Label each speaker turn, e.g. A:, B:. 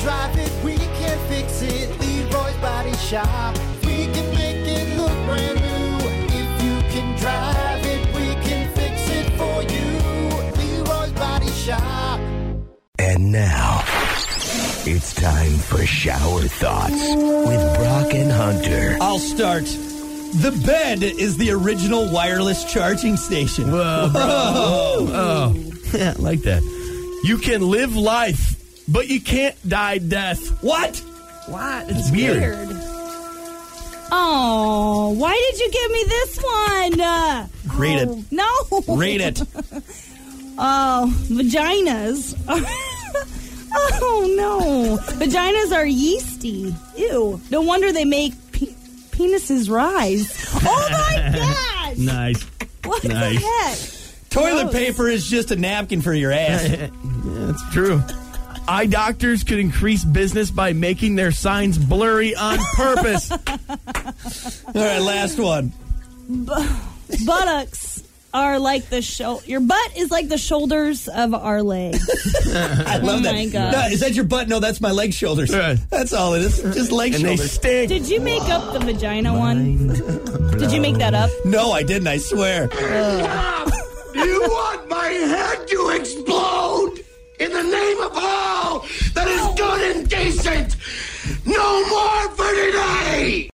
A: drive it, we can fix it. Leroy's Body Shop. We can make it look brand new. If you can drive it, we can fix it for you. Leroy's Body Shop.
B: And now it's time for shower thoughts with Brock and Hunter.
C: I'll start. The bed is the original wireless charging station.
D: Yeah, I like that. You can live life, but you can't die death.
C: What?
D: What? It's weird.
E: Oh, why did you give me this one? Uh,
C: Read it.
E: No.
C: Read it.
E: Oh, vaginas. oh no, vaginas are yeasty. Ew. No wonder they make pe- penises rise. Oh my gosh!
D: Nice.
E: What
D: nice.
E: the heck?
C: Toilet
E: Gross.
C: paper is just a napkin for your ass.
D: That's true. Eye doctors could increase business by making their signs blurry on purpose.
C: All right, last one.
E: Buttocks are like the shoulder. Your butt is like the shoulders of our legs.
C: I love that.
E: Oh my gosh.
C: No, is that your butt? No, that's my leg shoulders.
D: Right.
C: That's all it is. Just leg
D: and they
C: shoulders.
D: stink.
E: Did you make up the vagina one? Did you make that up?
C: no, I didn't. I swear.
B: You want my head to explode in the name of all that is good and decent. No more for today.